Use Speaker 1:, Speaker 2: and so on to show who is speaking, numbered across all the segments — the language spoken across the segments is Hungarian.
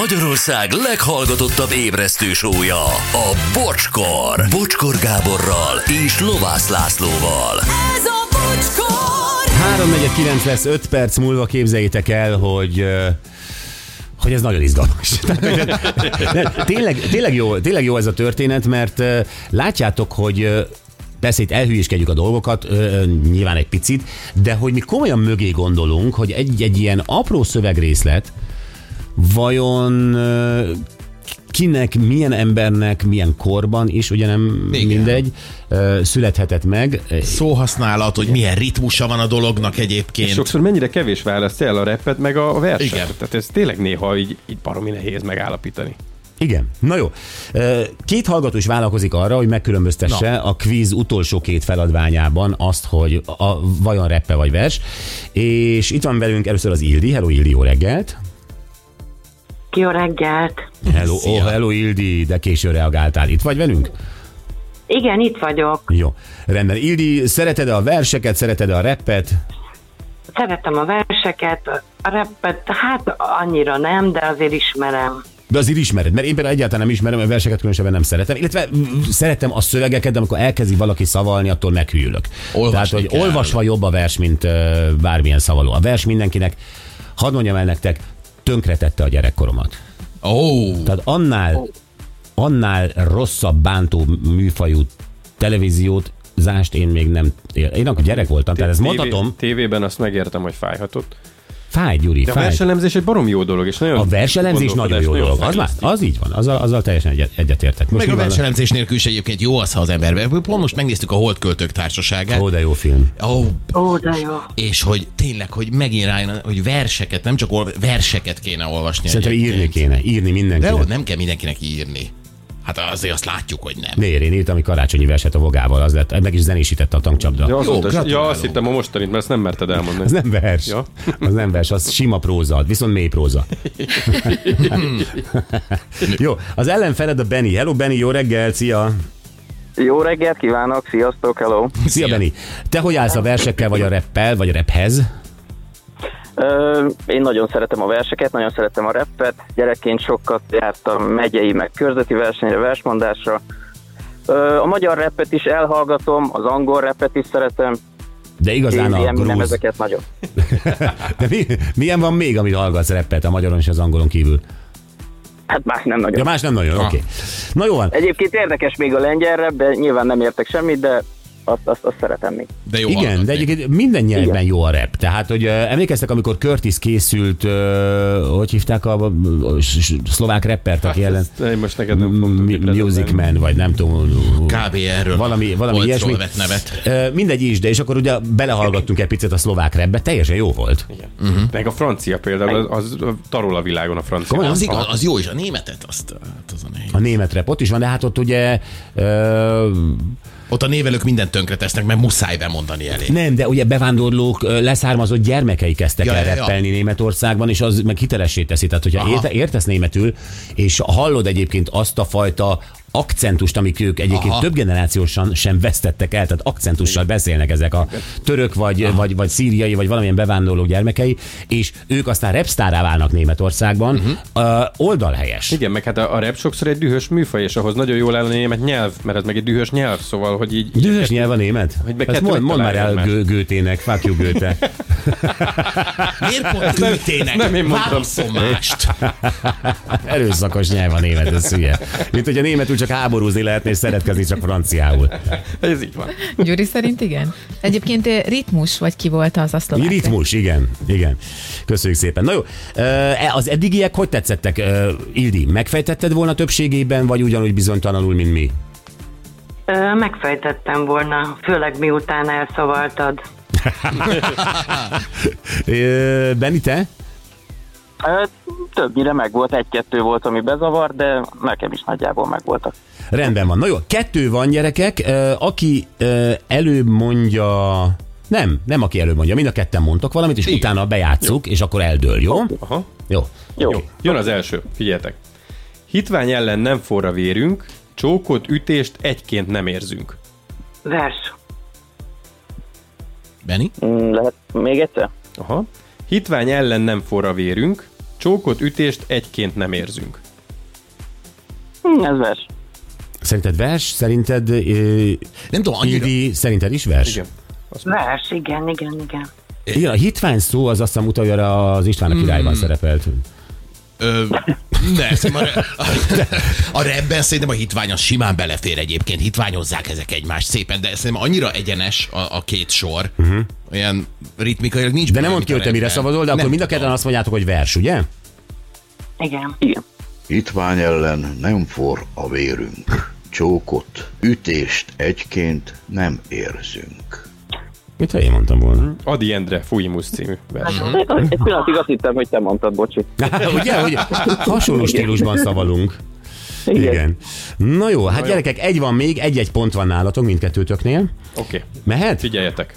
Speaker 1: Magyarország leghallgatottabb ébresztő sója, a Bocskor. Bocskor Gáborral és Lovász Lászlóval.
Speaker 2: Ez a bocskor!
Speaker 3: 3.49 lesz, 5 perc múlva képzeljétek el, hogy ö, hogy ez nagyon izgalmas. Tehát, hogy- tényleg, tényleg, jó, tényleg jó ez a történet, mert ö, látjátok, hogy ö, persze itt elhülyéskedjük a dolgokat, ö, ö, nyilván egy picit, de hogy mi komolyan mögé gondolunk, hogy egy-egy ilyen apró szövegrészlet vajon ö, kinek, milyen embernek, milyen korban is, ugye nem
Speaker 4: Igen.
Speaker 3: mindegy, ö, születhetett meg.
Speaker 4: Szóhasználat, hogy milyen ritmusa van a dolognak egyébként.
Speaker 5: Sokszor mennyire kevés választja el a repet, meg a a verset.
Speaker 4: Igen.
Speaker 5: Igen. Tehát ez tényleg néha így, így baromi nehéz megállapítani.
Speaker 3: Igen. Na jó. Ö, Két hallgató is vállalkozik arra, hogy megkülönböztesse a kvíz utolsó két feladványában azt, hogy a, vajon reppe vagy vers. És itt van velünk először az Ildi. Hello Ildi, jó reggelt!
Speaker 6: Jó reggelt!
Speaker 3: Hello, oh, hello Ildi, de későn reagáltál. Itt vagy velünk?
Speaker 6: Igen, itt vagyok.
Speaker 3: Jó. Rendben. Ildi, szereted a verseket, szereted a reppet?
Speaker 6: Szeretem a verseket, a rappet, hát annyira nem, de azért ismerem.
Speaker 3: De azért ismered, mert én például egyáltalán nem ismerem, a verseket különösebben nem szeretem, illetve mm, szeretem a szövegeket, de amikor elkezdi valaki szavalni, attól meghűlök.
Speaker 4: Olvasni
Speaker 3: Tehát, hogy
Speaker 4: kell.
Speaker 3: olvasva jobb a vers, mint ö, bármilyen szavaló. A vers mindenkinek, hadd mondjam el nektek, tönkretette a gyerekkoromat.
Speaker 4: Ó, oh,
Speaker 3: Tehát annál, annál rosszabb bántó műfajú televíziót, zást én még nem... él- Én akkor gyerek voltam, tehát ezt
Speaker 5: TV
Speaker 3: mondhatom.
Speaker 5: Tévében azt megértem, hogy fájhatott.
Speaker 3: Fáj, Gyuri,
Speaker 5: De a
Speaker 3: fáj.
Speaker 5: verselemzés egy barom jó dolog, és nagyon
Speaker 3: A verselemzés nagyon jó
Speaker 5: gondolkodás,
Speaker 3: dolog. Az, már,
Speaker 5: fejlesztő.
Speaker 3: az így van, azzal, azzal teljesen egyet, egyetértek. Most
Speaker 4: meg a
Speaker 3: mi van?
Speaker 4: verselemzés nélkül is egyébként jó az, ha az ember. Pont most megnéztük a Holdköltők Társaságát.
Speaker 3: Ó, de jó film.
Speaker 4: Ó, oh,
Speaker 6: Ó, de jó.
Speaker 4: és hogy tényleg, hogy megint rájön, hogy verseket, nem csak olva, verseket kéne olvasni.
Speaker 3: Szerintem
Speaker 4: egyébként.
Speaker 3: írni kéne, írni
Speaker 4: De jó,
Speaker 3: mindenkinek.
Speaker 4: nem kell mindenkinek írni. Hát azért azt látjuk, hogy nem.
Speaker 3: Miért? Én írtam egy karácsonyi verset a vogával, az lett, meg is zenésítette a
Speaker 5: Ja,
Speaker 3: tankcsapda.
Speaker 5: azóta is- ja,
Speaker 4: gratulálunk.
Speaker 5: azt hittem a mostanit, mert ezt nem merted elmondani.
Speaker 3: Az nem vers.
Speaker 5: Ja.
Speaker 3: Az nem vers, az sima próza, viszont mély próza. jó, az ellenfeled a Benny. Hello Benny, jó reggel, szia!
Speaker 7: Jó reggelt kívánok, sziasztok, hello!
Speaker 3: Szia, Benny! Te hogy állsz a versekkel, vagy a reppel, vagy a rephez?
Speaker 7: Ö, én nagyon szeretem a verseket, nagyon szeretem a rappet. Gyerekként sokat jártam megyei, meg körzeti versenyre, versmondásra. Ö, a magyar rappet is elhallgatom, az angol rappet is szeretem.
Speaker 3: De igazán a
Speaker 7: Én nem
Speaker 3: grúz.
Speaker 7: ezeket nagyon.
Speaker 3: De mi, milyen van még, amit hallgatsz reppet a magyaron és az angolon kívül?
Speaker 7: Hát más nem nagyon.
Speaker 3: Ja, más nem nagyon, oké.
Speaker 4: Ha.
Speaker 3: Na jó van.
Speaker 7: Egyébként érdekes még a lengyel rap, de nyilván nem értek semmit, de azt, azt, azt szeretem még.
Speaker 4: De jó
Speaker 3: Igen,
Speaker 4: hallgatni.
Speaker 3: de egyébként minden nyelven
Speaker 7: Igen.
Speaker 3: jó a rep. Tehát, hogy ö, emlékeztek, amikor Curtis készült, ö, hogy hívták a, a, a s- s- szlovák rappert, aki ellen
Speaker 5: Ezt én most neked nem fogom tudni
Speaker 3: Mi- Music
Speaker 5: prezentálni.
Speaker 3: Man, vagy nem tudom.
Speaker 4: Kb. erről
Speaker 3: Valami, valami
Speaker 4: volt
Speaker 3: ilyesmi.
Speaker 4: szó, vett nevet.
Speaker 3: Ö, Mindegy is, de és akkor ugye belehallgattunk egy picit a szlovák repbe, teljesen jó volt.
Speaker 5: Igen. Meg a francia például, az, az tarol a világon a francia.
Speaker 3: Komolyan? Ah.
Speaker 4: Az, igaz,
Speaker 5: Aha.
Speaker 4: az jó is, a németet azt, hát az a nehéz.
Speaker 3: A német rep ott is van, de hát ott ugye ö,
Speaker 4: Ott a névelők mindent tönkre tesznek, mert muszáj bemondani elé.
Speaker 3: Nem, de ugye bevándorlók ö, leszármazott gyermekei kezdtek
Speaker 4: Ja,
Speaker 3: ja, el
Speaker 4: ja, ja.
Speaker 3: rappelni Németországban, és az meg hitelessé teszi. Tehát, hogyha
Speaker 4: Aha.
Speaker 3: érte, értesz németül, és hallod egyébként azt a fajta akcentust, amik ők egyébként
Speaker 4: Aha.
Speaker 3: Aha. több generációsan sem vesztettek el, tehát akcentussal beszélnek ezek a török, vagy, vagy, vagy szíriai, vagy valamilyen bevándorló gyermekei, és ők aztán repsztárá válnak Németországban.
Speaker 4: Mhm.
Speaker 3: Uh-huh. oldalhelyes.
Speaker 5: Igen, meg hát a, a rap sokszor egy dühös műfaj, és ahhoz nagyon jól áll a német nyelv, mert ez meg egy dühös nyelv, szóval, hogy így...
Speaker 3: Dühös nyelv a német?
Speaker 5: Hogy be
Speaker 3: Ezt
Speaker 5: kettő
Speaker 3: mond, mondd már el
Speaker 5: megtalálják
Speaker 3: Gő- Gőtének, fuck you Gőte.
Speaker 4: Miért pont küldtének?
Speaker 5: nem én mondtam.
Speaker 4: Válaszomást.
Speaker 3: Erőszakos nyelv a német, ez hülye. Mint hogy a németül csak háborúzni lehetne, és szeretkezni csak franciául.
Speaker 5: Ez így van.
Speaker 8: Gyuri szerint igen. Egyébként eh, ritmus, vagy ki volt az a szlovák?
Speaker 3: Ritmus, igen, igen. Köszönjük szépen. Na jó, ö, e, az eddigiek hogy tetszettek, ö, Ildi? Megfejtetted volna többségében, vagy ugyanúgy bizonytalanul, mint mi?
Speaker 6: Ö, megfejtettem volna, főleg miután elszavaltad.
Speaker 3: Ö, Benni, te?
Speaker 7: Ö, többnyire meg volt, egy-kettő volt, ami bezavar, de nekem is nagyjából meg voltak.
Speaker 3: Rendben van. Na jó, kettő van gyerekek. Ö, Aki ö, előbb mondja... Nem, nem aki előbb mondja. Mind a ketten mondtok valamit, és Igen. utána bejátszuk, jó. és akkor eldől, jó?
Speaker 5: Aha.
Speaker 3: Jó.
Speaker 7: Jó.
Speaker 5: Jó, jön az első, figyeljetek. Hitvány ellen nem forra vérünk, csókot, ütést egyként nem érzünk.
Speaker 6: Vers.
Speaker 4: Benni?
Speaker 7: Mm, Lehet még egyszer?
Speaker 5: Aha. Hitvány ellen nem forra vérünk, Csókot, ütést egyként nem érzünk.
Speaker 7: Hm, ez vers.
Speaker 3: Szerinted vers? Szerinted ö,
Speaker 4: Nem tudom, annyira...
Speaker 3: Ildi, szerinted is vers?
Speaker 5: Igen.
Speaker 6: Vers, igen, igen, igen.
Speaker 3: Igen, a hitvány szó az azt hiszem utalja arra az István a királyban szerepelt.
Speaker 4: Ö, ne, szerintem a, a rapben szerintem a hitvány az simán belefér egyébként. Hitványozzák ezek egymást szépen, de szerintem annyira egyenes a, a két sor. Uh-huh. Olyan ritmikailag nincs.
Speaker 3: Mhm. De nem mondd ki, hogy te mire szavazol, de akkor mind a ketten azt mondjátok, hogy vers, ugye?
Speaker 6: Igen.
Speaker 7: Igen.
Speaker 9: Hitvány ellen nem for a vérünk. Csókot, ütést egyként nem érzünk.
Speaker 3: Mit ha én mondtam volna?
Speaker 5: Adi Endre, Fújmusz című vers.
Speaker 7: Egy pillanatig azt hittem, hogy te mondtad, bocsi.
Speaker 3: ugye, hogy hasonló stílusban szavalunk.
Speaker 7: Igen.
Speaker 3: Igen. Na jó, hát gyerekek, egy van még, egy-egy pont van nálatok mindkettőtöknél.
Speaker 5: Oké, okay.
Speaker 3: Mehet?
Speaker 5: figyeljetek.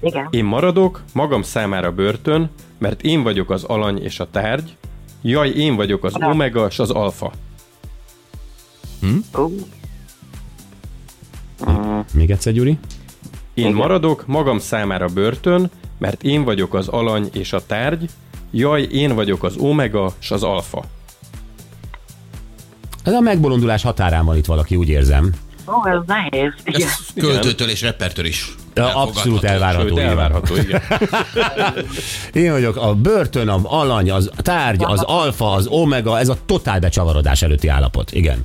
Speaker 6: Igen.
Speaker 5: Én maradok, magam számára börtön, mert én vagyok az alany és a tárgy, jaj, én vagyok az omega és az alfa.
Speaker 6: Ú,
Speaker 3: Még egyszer, Gyuri.
Speaker 5: Én maradok, magam számára börtön, mert én vagyok az alany és a tárgy, jaj, én vagyok az omega és az alfa.
Speaker 3: Ez a megbolondulás határán van itt valaki, úgy érzem.
Speaker 6: Ó, ez nehéz. Igen.
Speaker 4: Költőtől és repertől is.
Speaker 3: Abszolút
Speaker 5: Sőt,
Speaker 3: elvárható. nyilván.
Speaker 5: elvárható, igen.
Speaker 3: Én vagyok a börtön, a alany, az tárgy, az alfa, az omega, ez a totál becsavarodás előtti állapot. Igen.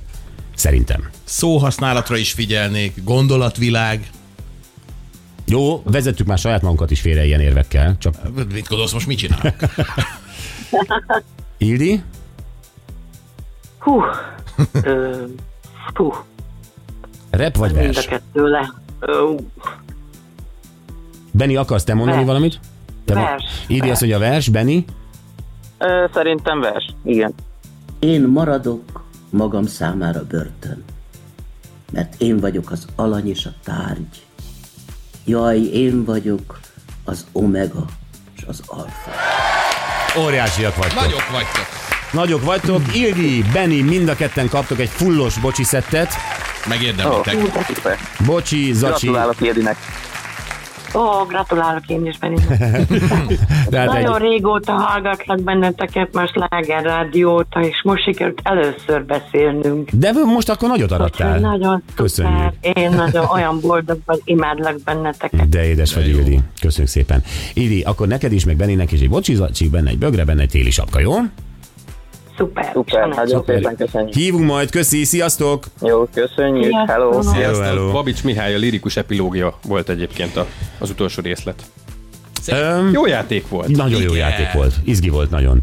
Speaker 3: Szerintem.
Speaker 4: Szóhasználatra is figyelnék, gondolatvilág.
Speaker 3: Jó, vezettük már saját magunkat is félre ilyen érvekkel. Csak
Speaker 4: Mit gondolsz, most mit csinál?
Speaker 3: Ildi?
Speaker 6: Hú. Ö, Hú,
Speaker 3: Rep vagy
Speaker 6: mind a
Speaker 3: vers?
Speaker 6: kettő le. Ö,
Speaker 3: Benni, akarsz te mondani
Speaker 6: Vers.
Speaker 3: valamit? Te ma-
Speaker 6: Vers.
Speaker 3: Ildi
Speaker 6: Vers.
Speaker 3: azt mondja vers, Benni.
Speaker 7: Ö, szerintem vers. Igen.
Speaker 10: Én maradok magam számára börtön, mert én vagyok az alany és a tárgy. Jaj, én vagyok az omega és az alfa.
Speaker 3: Óriásiak vagytok.
Speaker 4: Nagyok vagytok.
Speaker 3: Nagyok vagytok. Ildi, Benni, mind a ketten kaptok egy fullos bocsi szettet.
Speaker 7: Ó,
Speaker 4: Megérdemlitek.
Speaker 7: de szuper.
Speaker 3: Bocsi, zacsi.
Speaker 7: Gratulálok Jedinek.
Speaker 6: Ó, gratulálok én is, Benni.
Speaker 3: Tehát Hát egy,
Speaker 6: Nagyon régóta hallgatlak benneteket, már Sláger rádióta, és most sikerült először beszélnünk.
Speaker 3: de most akkor nagyot
Speaker 6: Úgyhogy
Speaker 3: arattál.
Speaker 6: Nagyon
Speaker 3: Köszönjük.
Speaker 6: szuper. Én nagyon olyan boldog vagy, imádlak benneteket.
Speaker 3: De édes vagy,
Speaker 4: jó.
Speaker 3: Ildi. Köszönjük szépen. Ildi, akkor neked is, meg Bennének is egy bocsizacsi, benne egy bögre, benne egy téli sapka, jó?
Speaker 6: Szuper.
Speaker 7: Szuper, nagyon
Speaker 3: Szuper.
Speaker 7: szépen köszönjük.
Speaker 3: Hívunk majd, köszi, sziasztok!
Speaker 7: Jó, köszönjük.
Speaker 6: Sziasztok.
Speaker 7: Hello.
Speaker 5: Hello,
Speaker 3: hello.
Speaker 5: hello. Babics Mihály a lirikus epilógia volt egyébként a, az utolsó részlet.
Speaker 3: Öm,
Speaker 5: Jó játék volt.
Speaker 3: nagyon jó
Speaker 4: Igen.
Speaker 3: játék volt, izgi volt nagyon.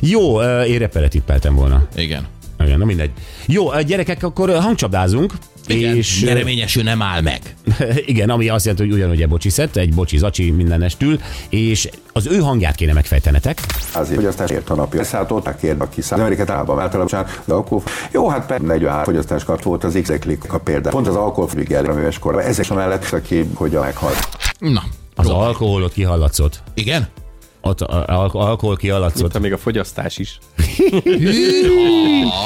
Speaker 3: Jó, ö, én reppelet tippeltem volna.
Speaker 4: Igen.
Speaker 3: Igen, na mindegy. Jó, ö, gyerekek, akkor ö, hangcsapdázunk.
Speaker 4: Igen.
Speaker 3: És,
Speaker 4: És
Speaker 3: ö,
Speaker 4: nyereményesül nem áll meg.
Speaker 3: igen, ami azt jelenti, hogy ugyanúgy egy bocsiszett, egy bocsi zacsi mindenestül, és az ő hangját kéne megfejtenetek.
Speaker 11: Azért fogyasztás ért a napja. Szátolták ér a kiszáll. Amerikát állam általában de akkor jó, hát per 43 fogyasztás kap volt az x a példa. Pont az alkoholfügg elméves korban. Ezek mellett, aki hogy a meghalt.
Speaker 4: Na.
Speaker 3: Az
Speaker 4: próbálj.
Speaker 3: alkoholot kihallatszott.
Speaker 4: Igen?
Speaker 3: Ott a, a, a, alkohol
Speaker 5: Ott
Speaker 3: kihallatszott.
Speaker 5: még a fogyasztás is.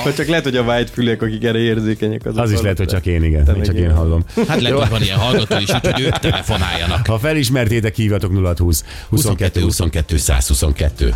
Speaker 5: Vagy csak lehet, hogy a whitefülek, akik erre érzékenyek, azok
Speaker 3: Az is lehet, hogy
Speaker 5: hallották.
Speaker 3: csak én, igen. Én
Speaker 5: még
Speaker 3: csak én
Speaker 5: igen.
Speaker 3: hallom.
Speaker 4: Hát lehet, hogy van ilyen hallgató is, úgyhogy ők telefonáljanak.
Speaker 3: Ha felismertétek, hívjatok 0620 22 22
Speaker 4: 22 122.